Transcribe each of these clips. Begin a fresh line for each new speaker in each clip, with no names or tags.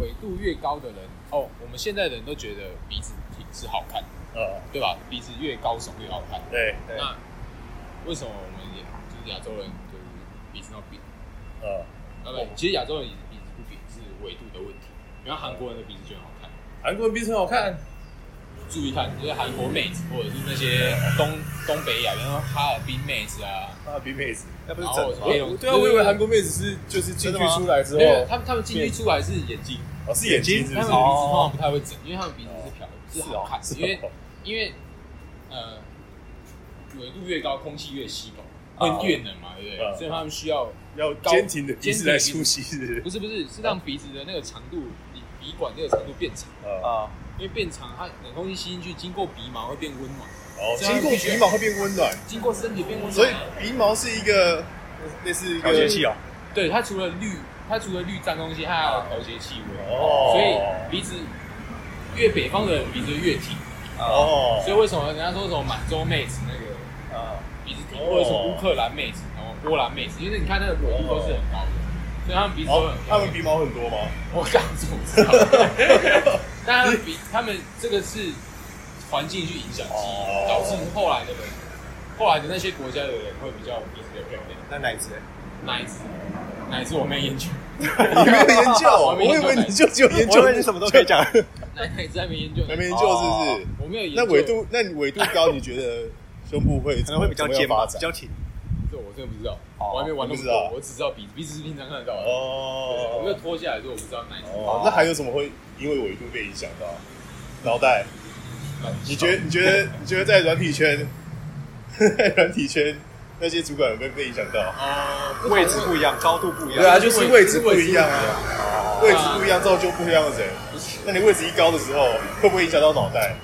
纬度越高的人，哦，我们现在人都觉得鼻子挺是好看的，
呃，
对吧？鼻子越高耸越好看。
对哦对，
那为什么我们也就是亚洲人就是鼻子那么扁？
呃，
那
我
么其实亚洲人鼻子不扁是纬度的问题，然后韩国人的鼻子就很好看。
韩国人鼻子很好看，
注意看，就是韩国妹子或者是那些东东北亚，比如说哈尔滨妹子啊，
啊，比妹子。
那不是整
然后
吗？
黑龙
我对啊，我以为韩国妹子是就是
真
进去
的吗
出来之
没有，
后，
他们他们进去出来是眼睛，
哦是眼睛是
他们鼻
不是
子？通常不太会整，因为他们鼻子是漂的，不是
是
好
哦
看，，
是
因为
哦
因为呃纬度越高，空气越稀
啊
薄，会越冷嘛，对不对？
嗯
所以他们需要
要
高
坚挺的鼻子来
坚挺
出
的
气，是不是？
不是不是是让鼻子的那个长度，鼻鼻管这个长度变长，
啊，
啊，
因为变长，它冷空气吸进去，经过鼻毛会变温暖，
哦，
这样
经过鼻毛会变温暖，
经过身体变温暖，
所以鼻毛是一个类似一个
调节器哦，
对它除了绿，它除了绿脏东西，它还要调节气温，
哦，
所以鼻子越北方的人鼻子越挺。
啊
哦，
所以为什么人家说什么满洲妹子那个
啊
鼻子挺，
哦
或者什么乌克兰妹子，然后波兰妹子，因为你看那个纬度都是很高的，所以他们鼻子都
哦
很，
他们鼻毛很多吗？
我敢怎么知道？ 但他们鼻，他们这个是环境去影响基
哦
因，导致后来的人，后来的那些国家的人会比较鼻子比较漂亮。
那哪一只？
哪一只？哪一只我没研究？
哦你没有研究，
我
我
没
以
研究
为你就只有研
我以
究，
为你什么都可 以讲，
那哪一只还没研究？
还没研究是不是？
我没有研究。
那纬，度，那你纬度高，你觉得胸部会
可能会比较
怎么
尖
样发
吧，比
展？
较挺。
这我真的不知道，
哦
我还没玩那么
你不知道
多，我只知道鼻子，鼻子是平常看得到的。对我就
哦
脱下来之后，我不知道哪一只。
哦，那还有什么会因为纬度被影响到？脑袋，你觉得你觉得你觉得在软体圈，在软体圈那些主管有没有被影响到？
哦，不同
位置不一样，高度不一样。
对啊就是位置不一样啊
位置不一样
位置不一样造就不一样的人，
不是
那你位置一高的时候，会不会影响到脑袋？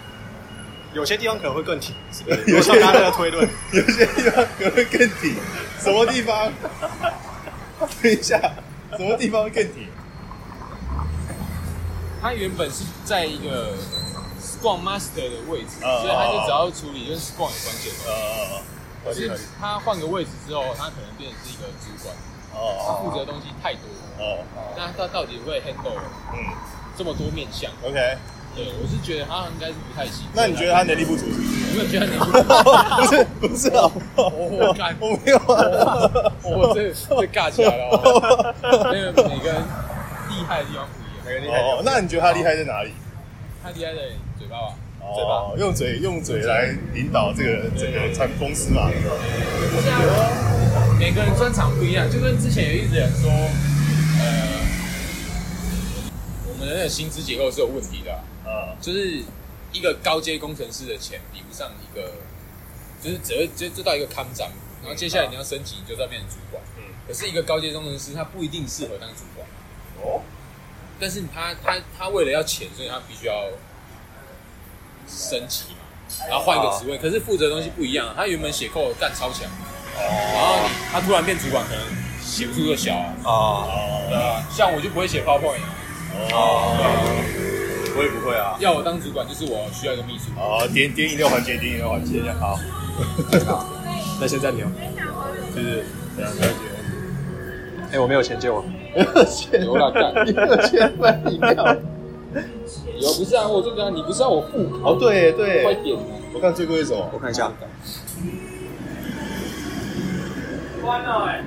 有些地方可能会更挺，是不 是？有像刚刚那个推论，
有些地方可能会更挺，什么地方？等一下，什么地方会更挺？
他原本是在一个 Scrum Master 的位置，
嗯
所以他就只要处理跟 Scrum 有关系的东西。
呃，
可是他换个位置之后，他可能变成是一个主管，他负责
哦
的东西太多了。
哦，
那他到底会 handle
嗯
这么多面向？
，OK。
对，我是觉得他应该是不太行。
那你觉得他能力不足是不
有
是？
没有觉得你不？
不是不是啊，
我干
我没有啊。
我这这尬起来了 哦，因为每个人厉害的地方不一样。
个厉
哦，那你觉得他厉害在哪里？
他厉害在嘴巴吧？
嘴巴，用嘴用嘴来领导这个整个产公司嘛。
是啊，每个人专长不一样，就跟之前有一直人说，呃，我们的薪资结构是有问题的啊、
啊，
就是一个高阶工程师的钱比不上一个，就是只会就就到一个康长，然后接下来你要升级，你就要变成主管。
嗯
可是一个高阶工程师他不一定适合当主管，
哦，
但是他他他为了要钱，所以他必须要升级嘛，然后换一个职位。可是负责的东西不一样啊，他原本写扣干超强。然后你他突然变主管，可能写不出个小啊，
啊
对
哦，
吧？像我就不会写 PowerPoint，啊
啊！我也不会啊。
要我当主管就是我需要一个秘书。
哦，点点饮料环节，点饮料环节，好，
那先暂停哦。
就是这样感觉。
哎，我没有钱借我。
没有钱，
有啦干
没有钱买饮料。
有不是啊，我这个啊你不是要我付，
哦，对对
快，点啊！
我看最贵是什么？
我看一下，
关了哎、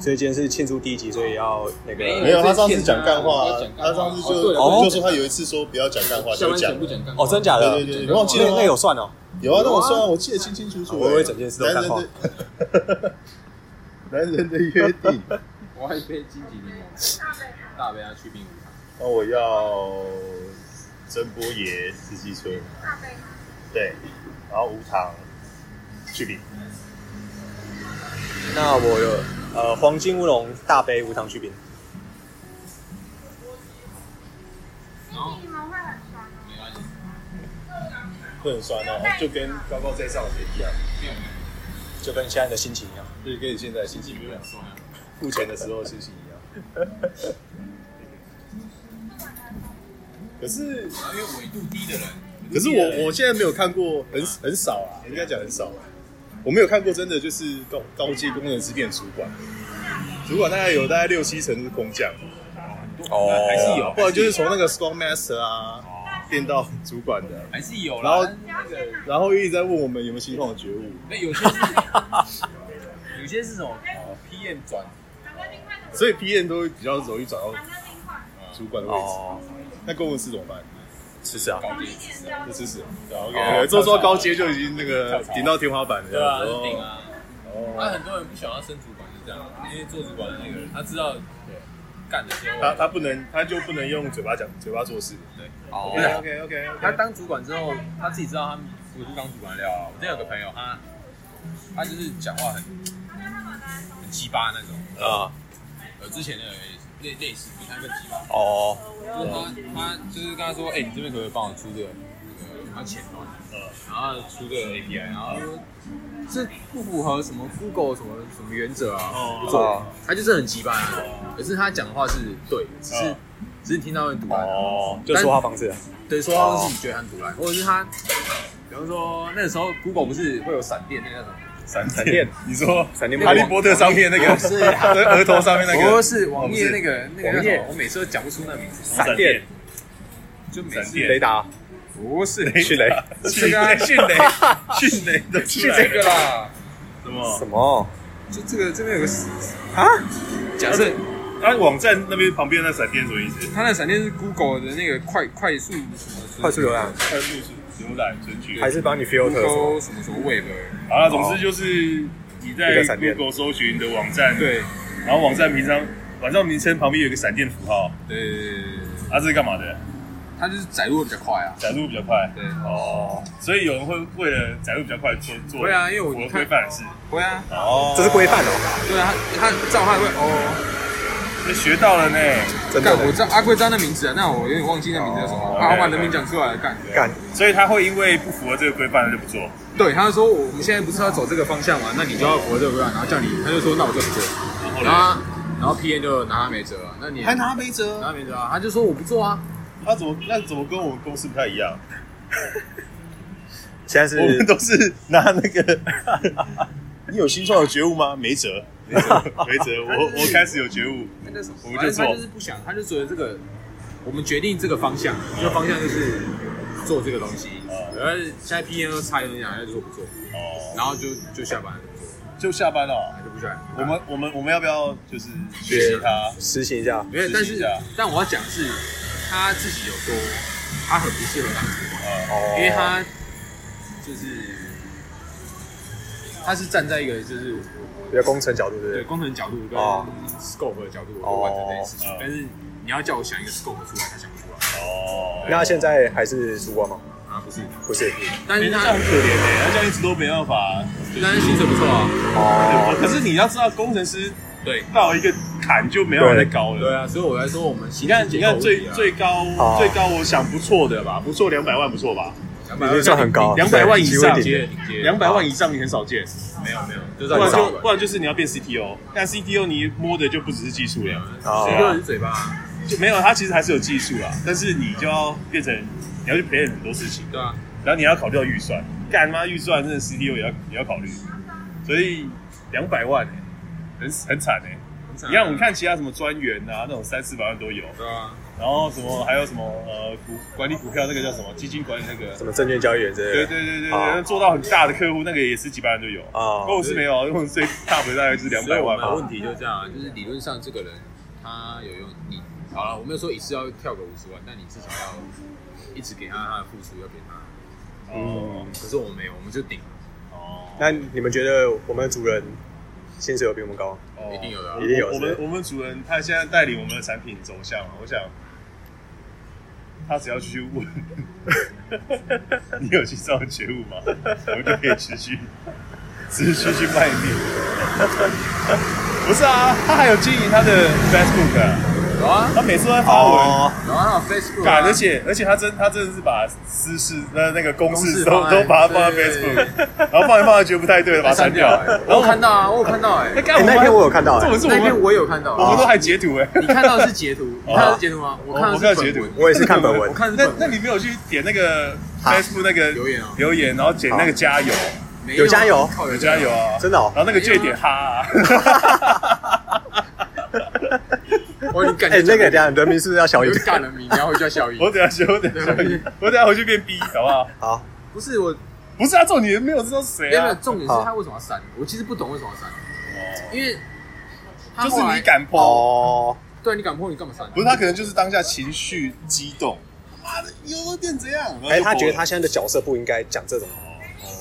所以今天是庆祝第一集，所以要那
没
没
个
有，他上次讲干话
要
啊
讲，干话
他上次
哦对
就
哦
就说他有一次说不要讲干话，
下
就
班
讲
前不讲干话
哦，真假的？
对对对，你忘记了
那
吗？
那有算哦。
有啊，那我算啊，我记得清清楚楚。
我以为整件事都看
男人的 男人的约定。
哦我还一杯金桔柠檬，大杯啊，去冰无糖。
那我要真波爷四季春，对，然后无糖去冰，
那我有呃黄金乌龙大杯无糖去冰，
你们会很酸吗？
没关系，
会很酸哦，就跟高高在上的一样，
没有没有，
就跟现在的心情一样。
就是跟你现在心
金
情
桔没
一
有
样
很，酸啊。
付钱的时候心情一样。可是，
因为纬度低的人，
可是我我现在没有看过，很很少啊，应该讲很少啊。我没有看过真的就是高高阶工程师变主管，主管大概有大概六七成是空降，
哦
还是 有
不然就是从那个 Scrum Master 啊变到主管的，
还是有
然后
啦。那个
然后一直在问我们有没有新创的觉悟，
那有些 是有些是什么呃 PM 转
所以 PM 都会比较容易找到主管的位置。
哦，
那公文是怎么办？
是是啊，
高阶，
这支持，
哦
OK，做做高阶就已经那个顶到天花板了，
对啊，
这样
是
子
顶。啊。那、
哦，
很多人不想要升主管是这样，因为做主管的那个人他知道干的时候，
他他不能，他就不能用嘴巴讲，嘴巴做事。对
哦，
，OK OK
他
OK。
当主管之后，他自己知道他不是当主管的料啊。我之前有个朋友，他他就是讲话很很鸡巴那种，
啊，
呃，之前的类类似比他更鸡巴，
哦，
就是他他就是跟他说，哎、你这边可不可以帮我出这个那个要钱吗？然后出这个 API，然后他说这不符合什么 Google 什么什么原则啊，不做，他就是很鸡巴那种，可是他讲的话是对，只是、
嗯
只是听到人堵烂。
哦，就说话方式，
对，说到是你觉得很毒来，或者是他，比方说那时候 Google 不是会有闪电那个什么？
闪
闪电，
你说
闪电
哈利波特上面那个，
不是
额头上面那
我
个
是网页那个那个叫
网
什
页
么？我每次都讲不出那名字，
闪电，
就每
闪
次
电
雷达，
不是
迅雷，
迅雷啊迅雷迅雷的出
是
来
这个啦，
什么
什？么？
就这个这边有个
啊？
假设
他网站那边旁边那闪电什么意思？
它那闪电是 Google 的那个快快速什么
快速浏览
看路是浏览存取。
还是帮你 filter 什么？
Google 什么什么 Web
好了，总之就是你
一
在
个闪电
Google 搜寻你的网站，，
对
然后网站名称网站名称旁边有一个闪电符号，
对，
啊，这是干嘛的？
它就是载入比较快啊，
载入比较快。
对，
哦，所以有人会为了载入比较快做做
会啊因为我
符合
看
规范的事。
会啊，
哦
这是规范哦，
对啊，它它照它会哦。
这学到了呢。
真
干，
的
我知道阿贵知道那名字啊，但我有点忘记那名字叫什么。
哦
啊，我把
对
人名讲出来了，干。
干，
所以他会因为不符合这个规范就不做。
对，他就说我们现在不是要走这个方向嘛，那你就要符合这个规范，然后叫你，他就说那我就不做，
然后
然后
呢？
他然后 P N 就拿他没辙啊，那你
还拿没辙？
拿他没辙啊，他就说我不做啊，
他怎么那怎么跟我们公司不太一样？
现在
我们
是
都是拿那个。 你有新创的觉悟吗？没辙，没辙， 没辙。我 我开始有觉悟。
那个什么，
我们就做
他就是不想，他就觉得这个我们决定这个方向，这个方向就是做这个东西，然后现在 P N 都差一点讲，他就说不做，
哦，
然后就就下班了，
就下班了。
他就不下来。
我们我们我们要不要就是学习他？
实行一下，
没有，但
试一
是
下
但我要讲的是他自己有说他很不适合当主管。
哦，
因为他就是他是站在一个就是
比较工程角度，对不
对
对？
工程角度跟
哦
scope 的角度我会完成这件事情
哦，
但是你要叫我想一个 scope 出来，他想不出来
哦，
那他现在还是主管吗？
啊，不是，
不是，
但是
这样
他
很可怜哎，他这样一直都没办法。
但是薪水不错啊，
哦，
可是你要知道，工程师
对
到一个坎就没有再高了。
对啊，所以我来说我们薪
你
资
看，你
结构
看
问
最
题啊
最高
哦
最高，我想不错的吧，不错，两百万不错吧，
两
已
百
经
万
算很高，
200万以
对
上
极为顶
接
点
接
两百万以上你很少见，
没有没有，就
不
算
然
少
就
了
不然就是你要变 CTO，但 CTO 你摸的就不只是技术了，
哦
一个人嘴巴啊，
就没有，它其实还是有技术啦，但是你就要变成你要去培养很多事情，
对啊，
然后你要考虑到预算，干妈预算真的 CTO 也要也要考虑，所以两百万欸很很惨哎。你看，我们看其他什么专员啊，那种三四百万都有，
对啊，
然后什么还有什么呃股管理股票那个叫什么基金管理那个
什么证券交易员之类
对
的，
对对对
啊
对，做到很大的客户，那个也是几百万就有
啊
公司没有，因为最大的大概就是两
所以
百
啊我
万
们的
吧。
问题就这样啊，就是理论上这个人他有用你好了，我没有说一次要跳个五十万，但你至少要一直给他他的付出要给他。哦
嗯，
可是我们没有，我们就顶，
哦，
那你们觉得我们的主人薪水有比我们高？
哦
一定有的啊
我
一定有
我
是不
们
是
我们主人他现在带领我们的产品走向，我想他只要去问， 你有去上觉悟吗？我们就可以持续持续去卖命。 不是啊，他还有经营他的 Facebook，、啊、
有啊
他每次都在发文。
哦
有啊有，Facebook，啊
干，而且而且他真他真的是把私事那那个公
公事
事都
放在
都把它放在
对
Facebook，然后放一放着觉得不太对了，把它删
删
掉
掉、。欸，我有看到啊，我有看到哎、
那
欸，
干
哎，
我们
那篇我有看到，
这
哎
种是我
那
们
篇我有看到、
我
啊，
们都还截图哎，
你看到的是截图，你看到的是截图吗？我看
哦
到
我看
的
到
是
截
本文
图
我也是看本文
我，看的
那
是本
那
文，
你没有去点那个
啊
Facebook 那个
留言啊
留言，然后点那个加油，
没
有加油
靠
有加油啊，
真的哦
哎
然后那个就一点哈啊，
我已经干
哎，那个等
家
下人名是不是要小一
我
点
就？干了你，然后叫小雨。
我等下学，我等下学，我等下回去变 B 好不好？
好，
不是我，
不是啊，重点没有知道是谁
原本
啊，
重点
好
是他为什么要删？我其实不懂为什么要删，因为他
就
后
是
来
你，敢抛，
哦，
对你敢破你干嘛删？
不是他可能就是当下情绪激动，妈的，又会变怎样？
哎，他觉得他现在的角色不应该讲这种，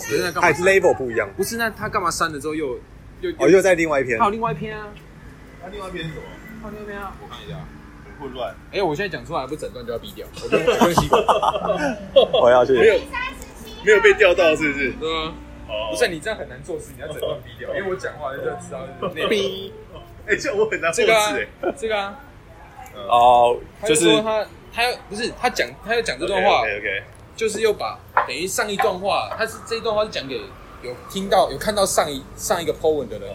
不是那干
他
嘛删？
level 不一样。
不是那他干嘛删了之后又又
哦，又在另外一篇
还。有另外一篇啊，
他另外一边是什么？
还有另外一篇啊，我看一下。
很混乱，
哎，我现在讲出来不整段就要毙掉，我跟我跟习惯。
我要去。
没有
三十七，
没有被钓到是不是？
对啊，
哦
不是你这样很难做事，你要整段毙掉，因为我讲话就要知道内容。
逼
哎，这样我很难
这
控制
个啊
哎。，
这个啊，
哦，
他
就
就是说他他要不是他讲他要讲这段话，
OK OK，
就是又把等于上一段话，他是这一段话是讲给有听到有看到上一上一个 po 文的人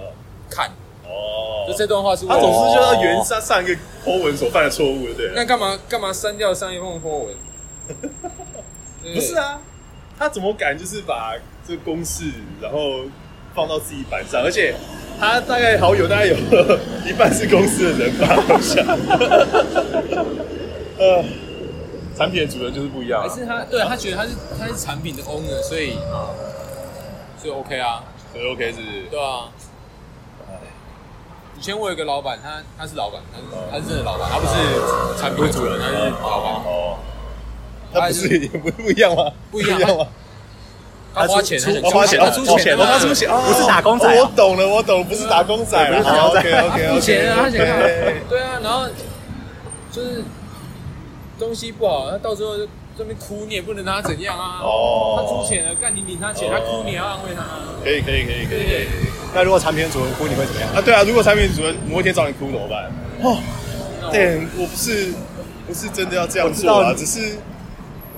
看，
哦
就这段话是为
他
了
总是就要原他上一个 Po 文所犯的错误，对不对？
那干嘛干嘛删掉上一封 po 文？对
不是，啊，他怎么敢就是把这个公式然后放到自己板上？而且他大概好友大概有 一半是公司的人吧，好像。 呃，产品的主人就是不一样、
还
啊，
是他对他觉得他是他是产品的 owner，所以所以 OK 啊，
所以 OK 是不是
对啊。以前我有一个老板，他他是老板，他是他是真的老板，他不是产品的主人，他是老板，
哦，他不是不不一样吗？
不一样
吗？
他花钱，
出
他
哦
想他
花钱，
钱
哦
出
花
钱
哦
啊，
他出钱，哦
不是打工仔啊
哦我懂了，我懂了，不是打工仔
对
啦，
不是打工仔
OK OK
付钱啊，他想干嘛
OK，
对啊，然后就是东西不好，他到时候就这边哭，你也不能拿他怎样啊。
哦
他出钱了，干你领他钱，
哦
他哭你要安慰他啊。
可以可以可以可以可以。
那如果产品主人哭，你会怎么样？
啊，对啊，如果产品主任某一天找你哭怎么办？哦，对，我不是不是真的要这样做啊，
我知道
只是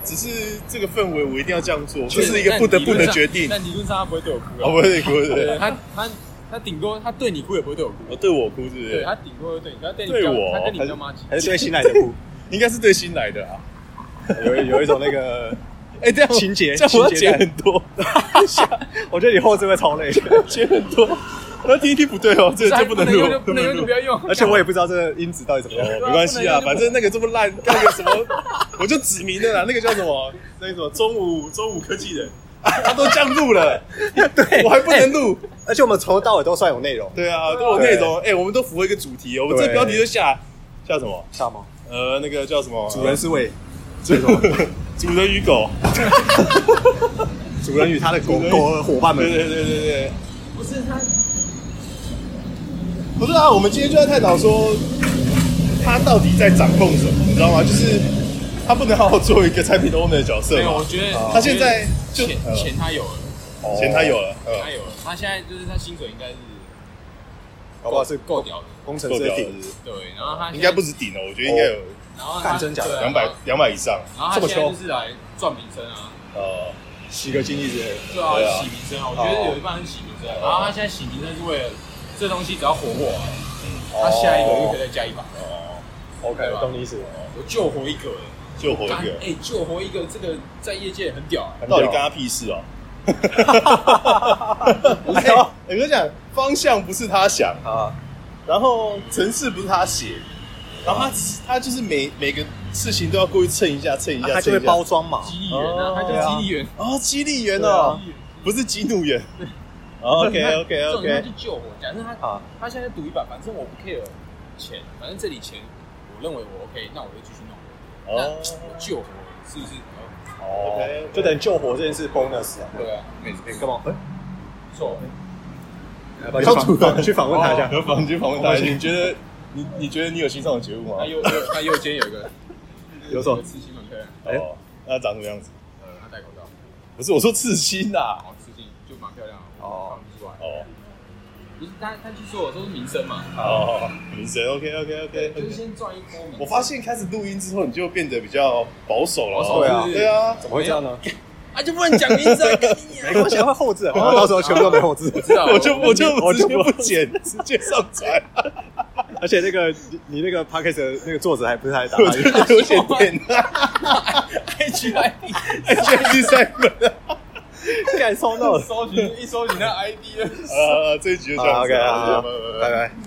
只是这个氛围我一定要这样做，
就
这是一个不得不的决定。
但理论上他不会对我哭
哦，
啊，
不是哭是不
对
是？
他他他顶多他对你哭也不会对我哭，
哦，对我哭是不
对
是
他？顶多会对你，他对你
对我
他跟你比
还是
较妈鸡。
还是对新来的哭？
应该是对新来的啊。
有有一种那 个
哎，这样我
情节
这样我要
情节
剪
在
很多，
我觉得你后置会超 累，
剪很 多。那第一题不对哦，这
这
这
还啊
不
不
能
能
录
用，就不能用就
录
不。要用。
而且我也不知道这个音质到底怎么样。
哦，没关系啊，
不能用就不能
反正那个这么烂，那个什么， 我就指明了啦，那个叫什么，那个什么中午中午科技人，啊他都这样 录了，
对
我还不能录。
哎而且我们从头到尾都算有内容，
对啊，都有内容。哎、我们都符合一个主题哦。我们
对
这标题就下下什么？
知道吗？
呃，那个叫什么？
主人思维，
主人 主人与狗。
主人与他的狗
主人与
狗伙伴
对
们，
对对对对，
不是他，
不是啊，我们今天就在探讨说，他到底在掌控什么，你知道吗？就是他不能好好做一个产品 owner 的角色
没有，
嘛
我。觉得
啊他现在就嗯
钱钱他有了，
钱他
哦
有了，
他有了，他现在就是他薪水应该是
搞不好是
够屌的。
工
嗯，
程
够
师
屌
的
了是
顶
不是，
对，然后他
嗯应该不
是，
止顶了，我觉得应该有
哦
然后
干真假的
的
两百两百以上，
然后他
这么
现在
凶
就。是来赚名声啊，
呃，
洗个精力之类的。
对啊
对啊，
洗名声啊，我觉得有一半是洗名声，啊然后他现在洗名声是为了这东西只要火火啊，
嗯
他下一个又可以再加一把，
哦，
OK，我懂你意思。
我救活一个，欸
救活一
干
个，
哎救活一个，这个在业界很屌啊，
很屌
到底干他屁事 哦？不是，哎我跟你讲，方向不是他想，
啊，
然后城市不是他写，然后
啊
他他就是每每个事情都要过去蹭一下，蹭一下，
他
蹭
就会
一下。
包装嘛。
激励员
哦
啊，他
对啊
叫激励员，
哦，激励员
对啊
哦，不是激怒 哦员。OK OK
这种他
OK，
去救我，假设他
啊，
他现在赌一把，反正我不 care 钱，反正这里钱我认为我 OK，那我就继续弄，那
哦
我救活是不是？
哦
OK，OK
就等救火这件事 bonus 啊。
对啊，没
你干嘛？
不错，
哎，要不要去访去哦访问他一下？哎
有哦访去访问他，
我们
你觉得你你觉得你有心上的觉悟吗
他？右右他右肩有一个
有什么
有刺青很漂亮，
哎
哦，那长什么样子？
呃，他戴口罩，
不是我说刺青呐。
好刺青就蛮漂亮的，
哦
我看不出来。
哦
不是他他去说我说是名声嘛，
哦，女神 OK OK
对，
OK
就是
OK。
先赚一波名声。
我发现开始录音之后，你就变得比较保守了
保守
哦。
对啊
是不是
对，啊，
怎么会这样呢？
啊就不能讲名字啊，跟你
没关系，会后置，我们到时候全部都没后置。
知道
啊我就我就
我
我
就
就
不
不剪，直接上传。
而且那个你你那个 podcast 的那个作者还不是还打
我
他一
就
个？
有点点 啊，
H I D
而且第三本
感受到了。
搜寻一搜寻那 I D 了。
啊，这一集就这样子
OK，好
啊，
拜拜。